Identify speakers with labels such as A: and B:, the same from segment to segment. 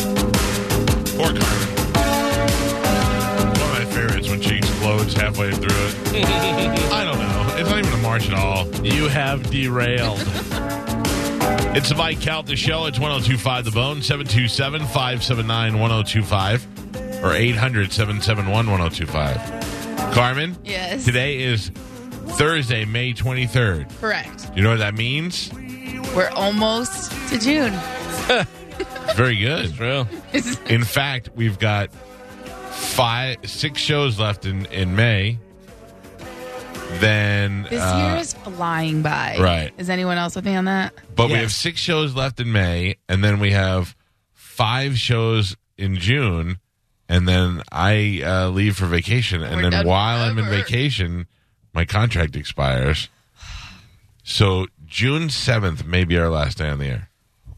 A: Poor Carmen. One of my favorites when she explodes halfway through it. I don't know. It's not even a march at all. You have derailed. it's the Mike Count the Show. It's 1025 The Bone, 727 579 1025 or 800 771 1025. Carmen,
B: Yes.
A: today is Thursday, May 23rd.
B: Correct.
A: You know what that means?
B: We're almost to June.
A: Very good.
C: True.
A: In fact, we've got five, six shows left in in May. Then,
B: This
A: uh,
B: year is flying by.
A: right.
B: Is anyone else with me on that?
A: but we
C: Yeah.
A: have six shows left in May, and then we have five shows in June, and then I uh, leave for vacation, and
B: We're
A: then
B: done
A: while I'm in
B: forever.
A: vacation, my contract expires. So June seventh may be our last day on the air.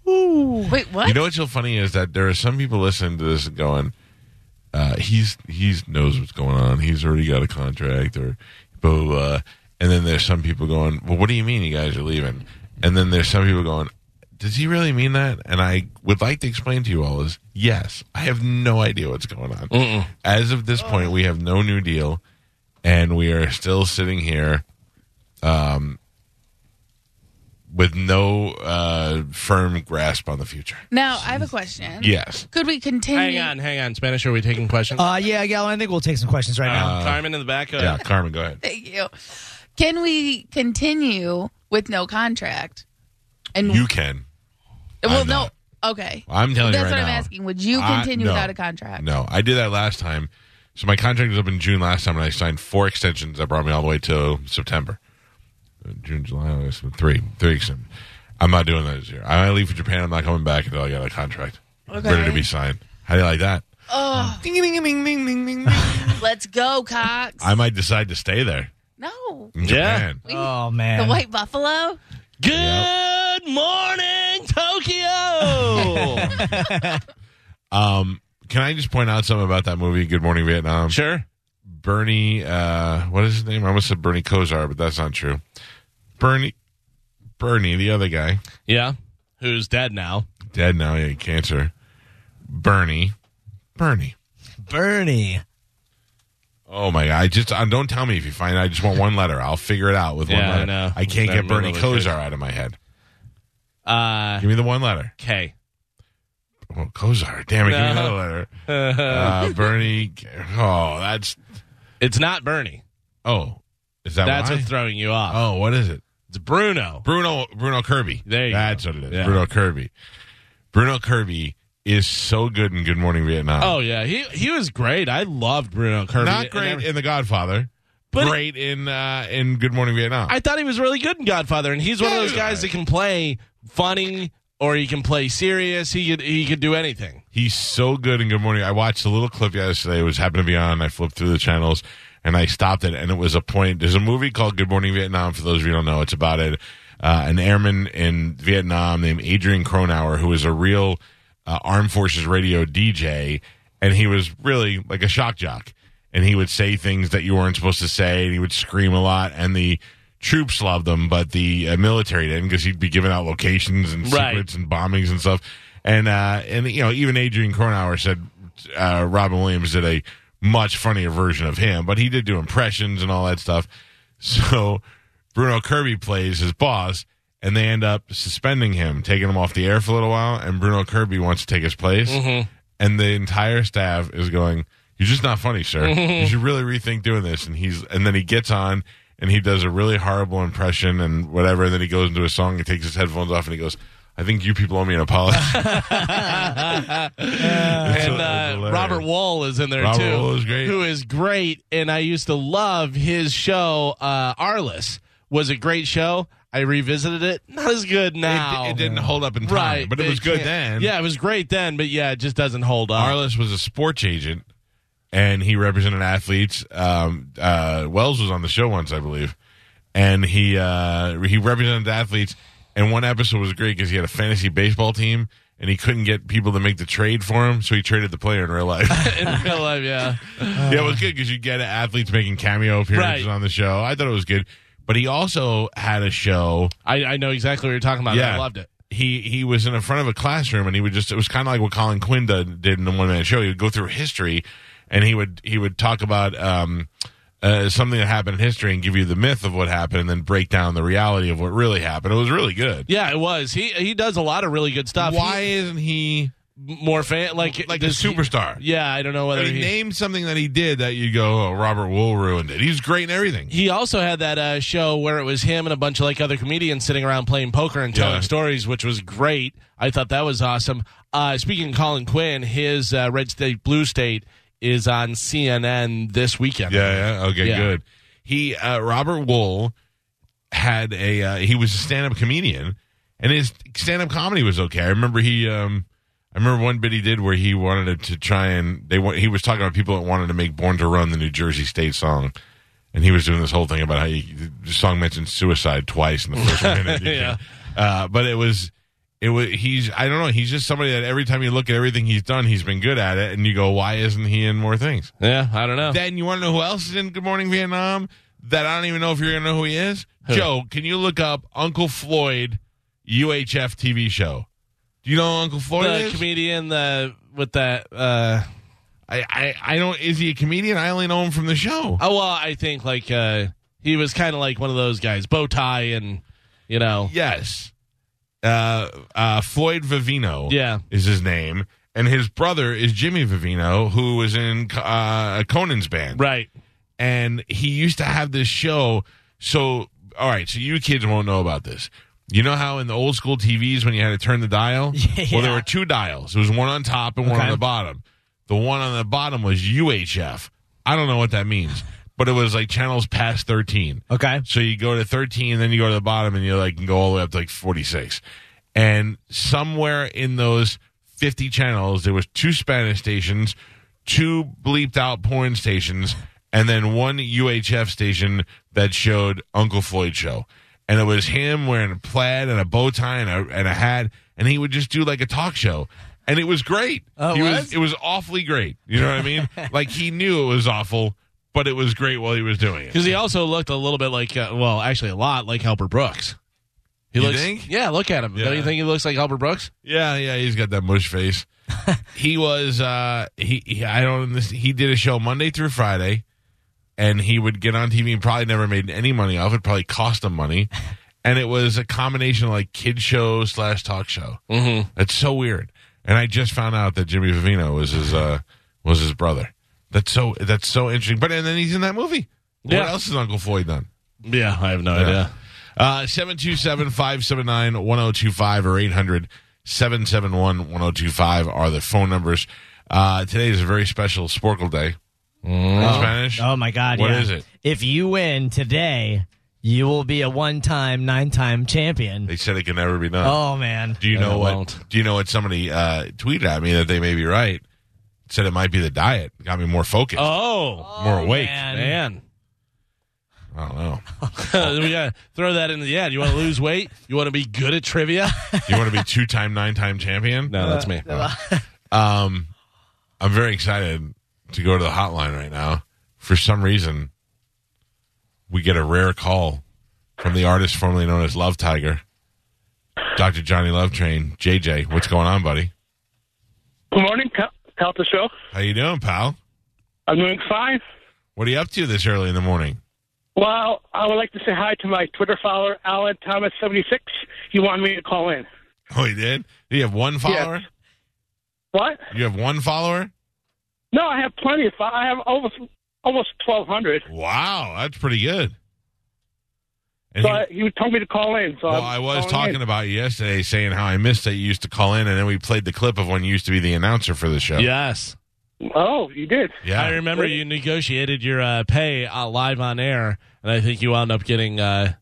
B: Wait, what?
A: You know what's so funny is that there are some people listening to this and going, uh, "He's he's knows what's going on. He's already got a contract," or blah blah. blah. And then there's some people going, "Well, what do you mean you guys are leaving?" And then there's some people going, "Does he really mean that?" And I would like to explain to you all is, yes, I have no idea what's going on. As of this point, we have no new deal, and we are still sitting here. Um, with no uh, firm grasp on the future.
B: now, I have a question.
A: Yes.
B: Could we continue?
C: Hang on, hang on. Spanish, are we taking questions?
D: Uh, yeah, Gal, I think we'll take some questions right now.
C: Carmen in the back. Uh,
A: Yeah, Carmen, go ahead.
B: Thank you. Can we continue with no contract? And
A: You can.
B: well,
A: I'm
B: no.
A: not.
B: Okay.
A: I'm telling
B: That's
A: you right
B: what
A: now.
B: I'm asking. Would you
A: I-
B: continue
A: no.
B: without a contract?
A: No, I did that last time. So my contract was up in June last time, and I signed four extensions that brought me all the way to September. Uh, June, July, August, three, three extensions. I'm not doing that this year. I leave for Japan. I'm not coming back until I got a contract ready to be signed. How do you like that? Ding, ding, ding, ding, ding, ding, ding.
B: Let's go, Cox.
A: I might decide to stay there
B: no.
A: in
C: Yeah.
A: Japan.
D: Oh, man.
B: The White Buffalo?
C: Good morning, Tokyo.
A: Um, can I just point out something about that movie, Good Morning Vietnam?
C: sure.
A: Bernie. Uh, what is his name? I almost said Bernie Kosar, but that's not true. Bernie, Bernie, the other guy,
C: Yeah. Who's dead now?
A: dead now. Yeah, cancer. Bernie, Bernie.
D: Bernie.
A: Oh my god! I just uh, don't tell me if you find. I just want one letter. I'll figure it out with
C: Yeah,
A: one
C: I
A: letter.
C: know.
A: I can't
C: That
A: get Bernie
C: middle of the
A: Kosar out of my head.
C: Uh,
A: Give me the one letter.
C: K.
A: Oh, Kosar. Damn it! Give me
C: No.
A: another letter. Uh, Bernie. Oh, that's.
C: It's not Bernie.
A: Oh, is that
C: That's
A: why?
C: what's throwing you off.
A: oh, what is it?
C: It's Bruno.
A: Bruno Bruno Kirby.
C: There you
A: That's
C: go.
A: what it is.
C: Yeah.
A: Bruno Kirby. Bruno Kirby is so good in Good Morning Vietnam.
C: Oh yeah, he he was great. I loved Bruno Kirby.
A: not
C: And
A: great
C: every-
A: in The Godfather.
C: But-
A: great in uh, in Good Morning Vietnam.
C: I thought he was really good in Godfather, and he's one of those
A: Dude.
C: guys that can play funny or he can play serious. He could he could do anything.
A: He's so good in Good Morning. I watched a little clip yesterday. It was happened to be on. I flipped through the channels and I stopped it. And it was a point. There's a movie called Good Morning Vietnam. For those of you who don't know, it's about it. Uh, an airman in Vietnam named Adrian Cronauer, who is a real uh, Armed Forces radio DJ, and he was really like a shock jock. And he would say things that you weren't supposed to say, and he would scream a lot. And the troops loved him, but the uh, military didn't because he'd be giving out locations and
C: Right.
A: secrets and bombings and stuff. And uh, and you know, even Adrian Cronauer said uh, Robin Williams did a much funnier version of him, but he did do impressions and all that stuff. So Bruno Kirby plays his boss, and they end up suspending him, taking him off the air for a little while. And Bruno Kirby wants to take his place, and the entire staff is going. You're just not funny, sir. You should really rethink doing this. And he's and then he gets on and he does a really horrible impression and whatever. And then he goes into a song. He takes his headphones off and he goes, I think you people owe me an apology. It's
C: and
A: a- it's
C: uh,
A: hilarious.
C: Robert Wall is in there
A: Robert
C: too.
A: Wall is great.
C: Who is great, and I used to love his show. Uh, Arliss was a great show. I revisited it. Not as good now.
A: It, it didn't hold up in time,
C: Right,
A: but it was good
C: can't-
A: then.
C: Yeah, it was great then, but yeah, it just doesn't hold up.
A: Arliss was a sports agent, and he represented athletes. Um, uh, Wells was on the show once, I believe, and he uh, he represented athletes. And one episode was great because he had a fantasy baseball team, and he couldn't get people to make the trade for him, so he traded the player in real life.
C: in real life, yeah.
A: yeah, it was good because you get athletes making cameo appearances
C: Right.
A: on the show. I thought it was good, but he also had a show.
C: I, I know exactly what you're talking about.
A: Yeah.
C: I loved it.
A: He he was in the front of a classroom and he would just it was kind of like what Colin Quinn did, did in the one man show. He would go through history, and he would he would talk about um, uh, something that happened in history and give you the myth of what happened, and then break down the reality of what really happened. It was really good.
C: Yeah, it was. He he does a lot of really good stuff.
A: Why
C: He-
A: isn't he
C: more fan like
A: like a
C: does he-
A: superstar?
C: yeah, I don't know
A: I
C: whether
A: mean,
C: he.
A: name something that he did that you go, oh, Robert Wool ruined it. He was great in everything.
C: he also had that uh, show where it was him and a bunch of like other comedians sitting around playing poker and telling
A: Yeah.
C: stories, which was great. I thought that was awesome. Uh, speaking of Colin Quinn, his uh, Red State Blue State is on CNN this weekend.
A: Yeah, yeah. Okay,
C: Yeah.
A: good. He uh, Robert Wool had a uh, he was a stand up comedian and his stand up comedy was okay. I remember he um I remember one bit he did where he wanted to, to try and they wa- he was talking about people that wanted to make Born to Run the New Jersey State song. And he was doing this whole thing about how you, the song mentioned suicide twice in the first minute.
C: Yeah.
A: Uh, but it was, it was, he's, I don't know, he's just somebody that every time you look at everything he's done, he's been good at it. And you go, why isn't he in more things?
C: yeah. I don't know.
A: Then you want to know who else is in Good Morning Vietnam that I don't even know if you're going to know who he is? Joe, can you look up Uncle Floyd UHF TV show? Do you know who Uncle Floyd
C: the
A: is?
C: comedian, the with that. Uh,
A: I, I, I don't. Is he a comedian? I only know him from the show.
C: oh well, I think like uh, he was kind of like one of those guys, bow tie and you know.
A: Yes. Uh, uh, Floyd Vivino
C: Yeah.
A: is his name. And his brother is Jimmy Vivino, who was in uh, Conan's band.
C: Right.
A: and he used to have this show. So, all right, so you kids won't know about this. You know how in the old school TVs when you had to turn the dial?
D: Yeah.
A: Well, there were two dials. There was one on top and one on
D: Okay.
A: the bottom. The one on the bottom was UHF. I don't know what that means, but it was like channels past 13.
D: Okay.
A: So you go to 13, then you go to the bottom, and you like can go all the way up to like 46. And somewhere in those 50 channels, there was two Spanish stations, two bleeped out porn stations, and then one UHF station that showed Uncle Floyd show. And it was him wearing a plaid and a bow tie and a, and a hat, and he would just do like a talk show. And it was great.
D: Oh, it
A: He
D: was?
A: it was awfully great. You know what I mean? like he knew it was awful, but it was great while he was doing it.
C: Because he also looked a little bit like, uh, well, actually a lot like Halper Brooks. He
A: You
C: looks,
A: think?
C: yeah. Look at him.
A: Yeah.
C: Don't you think he looks like Halper Brooks?
A: Yeah, yeah, he's got that mush face. he was uh he, he I don't this he did a show Monday through Friday and he would get on TV and probably never made any money off it, probably cost him money. And it was a combination of like kid show slash talk show.
C: Mm-hmm.
A: That's so weird. And I just found out that Jimmy Vivino was his uh was his brother. That's so that's so interesting. But and then he's in that movie. What
C: Yeah.
A: else has Uncle Floyd done?
C: Yeah, I have no idea.
A: Uh, 727-579-1025 or 800 771-1025 are the phone numbers. Uh, today is a very special Sporkle Day. In
C: Uh,
A: Spanish?
D: Oh my God!
A: What
D: yeah.
A: is it?
D: If you win today, you will be a one-time, nine-time champion.
A: They said it can never be done.
D: Oh man!
A: do you
C: And
A: know
C: it
A: what?
C: won't.
A: Do you know what somebody uh, tweeted at me that they may be right? Said it might be the diet. Got me more focused,
C: Oh,
A: more awake.
D: man.
C: man.
A: I don't know.
C: we got to throw that in the ad. You want to lose weight? You want to be good at trivia?
A: You want to be two time, nine time champion?
C: No, that's me.
A: Um, I'm very excited to go to the hotline right now. For some reason, we get a rare call from the artist formerly known as Love Tiger, Dr. Johnny Love Train, JJ. What's going on, buddy?
E: Good morning, Cal- Calta Show.
A: How you doing, pal?
E: I'm doing fine.
A: What are you up to this early in the morning?
E: Well, I would like to say hi to my Twitter follower, Alan Thomas seventy six. He wanted me to call in.
A: Oh, you did? Do you have one follower?
E: What?
A: You have one follower?
E: No, I have plenty of. fol- I have almost almost twelve hundred.
A: Wow, that's pretty good. And
E: So
A: he-
E: I, he told me to call in. So
A: well,
E: I'm
A: I was
E: calling
A: talking
E: in.
A: about you yesterday, saying how I missed that you used to call in, and then we played the clip of when you used to be the announcer for the show.
C: Yes.
E: Oh, you did.
A: yeah.
C: I remember you negotiated your uh, pay uh, live on air, and I think you wound up getting, uh,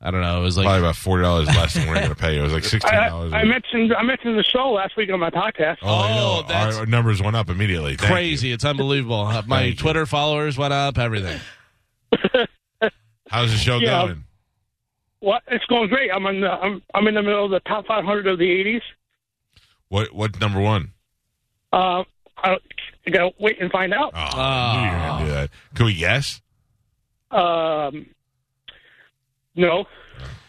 C: I don't know, it was like
A: probably about forty dollars less than we're going to pay you. It was like
E: I,
A: sixteen dollars.
E: I, I mentioned I mentioned the show last week on my podcast.
A: Oh, I know.
C: Oh, that's-
A: our, our numbers went up immediately. Thank you.
C: crazy. It's unbelievable. Uh, My
A: Thank you.
C: Twitter followers went up, everything.
A: How's the show
E: Yeah.
A: going?
E: What? It's going great. I'm in the I'm, I'm in the middle of the top 500 of the 80s.
A: What what number one?
E: Uh, I, I gotta wait and find out.
A: Oh, I knew you were
C: Ah.
A: going to do that. Can we guess?
E: Um, no.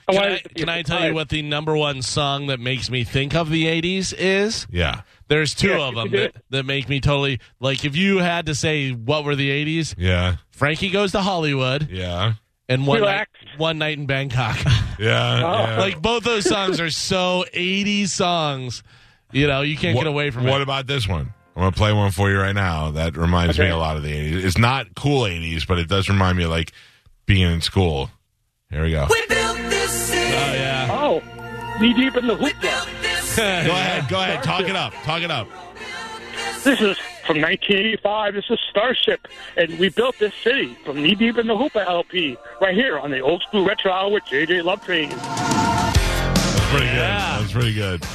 E: I
C: Can
E: wanted
C: I,
E: to be
C: can I tell you
E: surprised.
C: what the number one song that makes me think of the 80s is?
A: Yeah,
C: There's two
E: Yeah,
C: of
E: you
C: them
E: do
C: that, that make me totally like if you had to say what were the 80s,
A: yeah,
C: Frankie Goes to Hollywood
A: yeah,
C: and one night,
E: Relax.
C: one night in Bangkok.
A: yeah.
E: Oh,
A: yeah.
C: like both those songs are so 80s songs. You know, you can't
A: what,
C: get away from
A: What
C: it.
A: about this one? I'm going to play one for you right now. That reminds me
E: Okay.
A: a lot of the '80s. It's not cool '80s, but it does remind me of like being in school. Here we go.
C: oh yeah.
E: Oh, knee deep in the hoopla.
A: Go ahead, go ahead. Talk it up. Talk it up.
E: This is from 1985. This is Starship, and we built this city from knee deep in the hoopla LP right here on the old school retro hour with JJ Love Train.
A: That's pretty
C: Yeah.
A: good. That's pretty good.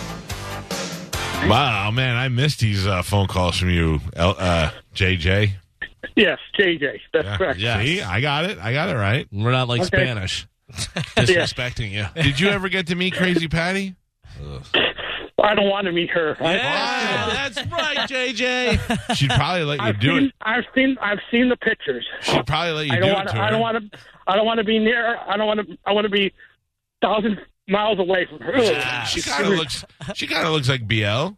A: Wow, man, I missed these uh, phone calls from you, L- uh, JJ.
E: Yes, JJ. That's
A: Yeah.
E: correct.
C: Yes.
A: See, I got it. I got it right.
C: We're not like
E: Okay.
C: Spanish. Disrespecting you.
A: Did you ever get to meet Crazy Patty?
E: I don't want to meet her. I-
C: Yeah, that's right, JJ.
A: She'd probably let you
E: I've
A: do
E: seen,
A: it.
E: I've seen, I've seen the pictures.
A: She'd probably let you
E: I
A: do
E: don't
A: it
E: want
A: to
E: to.
A: her.
E: I don't want to. I don't want to be near. her. I don't want to. I want to be thousand miles away from her.
C: Yeah.
A: She kind of looks. She kind of looks like BL.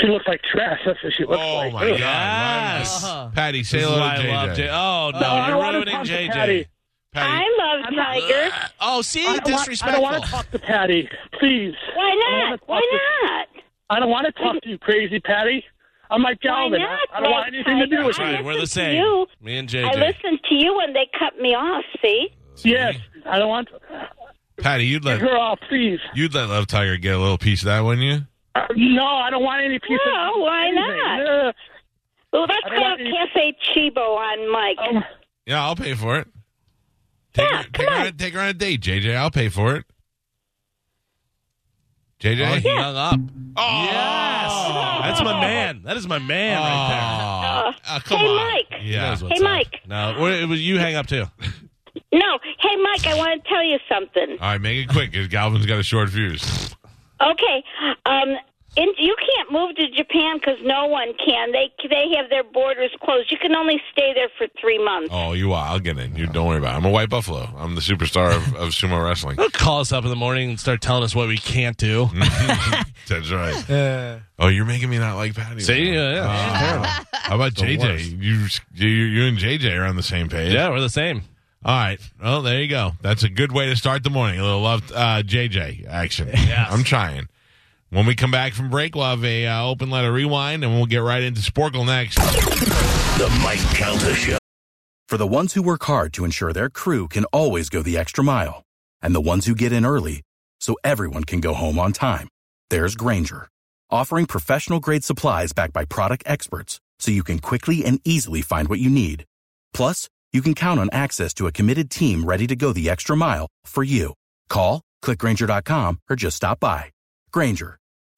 E: She looks like trash. That's what she looks
A: Oh
E: like.
A: my
E: Ugh.
A: god!
C: Yes. Uh-huh.
A: Wow. Patty, say
C: This is
A: hello to
C: why I love J-
A: JJ.
C: Oh no,
E: Oh, I
C: you're
E: don't wanna
C: ruining
E: talk to
C: JJ.
E: Patty.
A: Patty,
F: I love Tiger.
C: Oh, see,
E: I don't, want, I
C: disrespectful.
E: don't want to talk to Patty. Please.
F: Why
E: I wanna
F: not?
E: talk
F: Why
E: to-
F: not?
E: I don't want to talk to you, crazy Patty. I'm like
F: Why
E: Galvin.
F: not?
E: I don't want
F: Mike
E: anything to do
F: Tyson?
E: with
C: That's right,
F: I
C: we're the
F: listen to
C: same.
F: you.
C: Me and
F: I
C: JJ.
F: listened to you when they cut me off. See,
E: you. Yes, I don't want
A: Patty, you'd let
E: her off. Please.
A: you'd let Love Tiger get a little piece of that, wouldn't you?
E: Uh, no, I don't want any piece of.
F: No, why
E: anything.
F: not?
E: Ugh.
F: well, let's
E: I don't
F: have
E: want any-
F: Cafe Chibo on Mike.
E: Um,
A: Yeah, I'll pay for it. Take
F: Yeah,
A: her,
F: come
A: take her,
F: on.
A: on- take her on a date, JJ. I'll pay for it.
C: Oh,
A: JJ,
C: he hung up.
A: oh,
C: Yes, that's my man. That is my man right
A: Aw.
F: Uh,
A: come
F: hey,
A: on.
F: Mike.
C: there. He
A: Yeah,
C: knows what's
F: Hey,
C: up.
F: Mike.
C: No, well, it was you. Hang up too.
F: No, hey Mike, I want to tell you something.
A: All right, make it quick because Galvin's got a short fuse.
F: Okay, um, in, you can't move to Japan because no one can. They they have their borders closed. You can only stay there for three months.
A: Oh, you are. I'll get in. You don't worry about it. I'm a white buffalo. I'm the superstar of, of sumo wrestling.
C: Don't call us up in the morning and start telling us what we can't do.
A: That's right. oh, you're making me not like Patty. now.
C: See, yeah, yeah.
A: How about JJ? You, you you and JJ are on the same page.
C: yeah, we're the same.
A: All right. Well, there you go. That's a good way to start the morning. A little love, uh, JJ action. Yeah. I'm trying. When we come back from break, we'll have a uh, open letter rewind, and we'll get right into Sporkle next.
G: The Mike Calter Show.
H: For the ones who work hard to ensure their crew can always go the extra mile, and the ones who get in early so everyone can go home on time, there's Granger, offering professional grade supplies backed by product experts so you can quickly and easily find what you need. Plus, you can count on access to a committed team ready to go the extra mile for you. Call, clickgranger.com, or just stop by. Granger,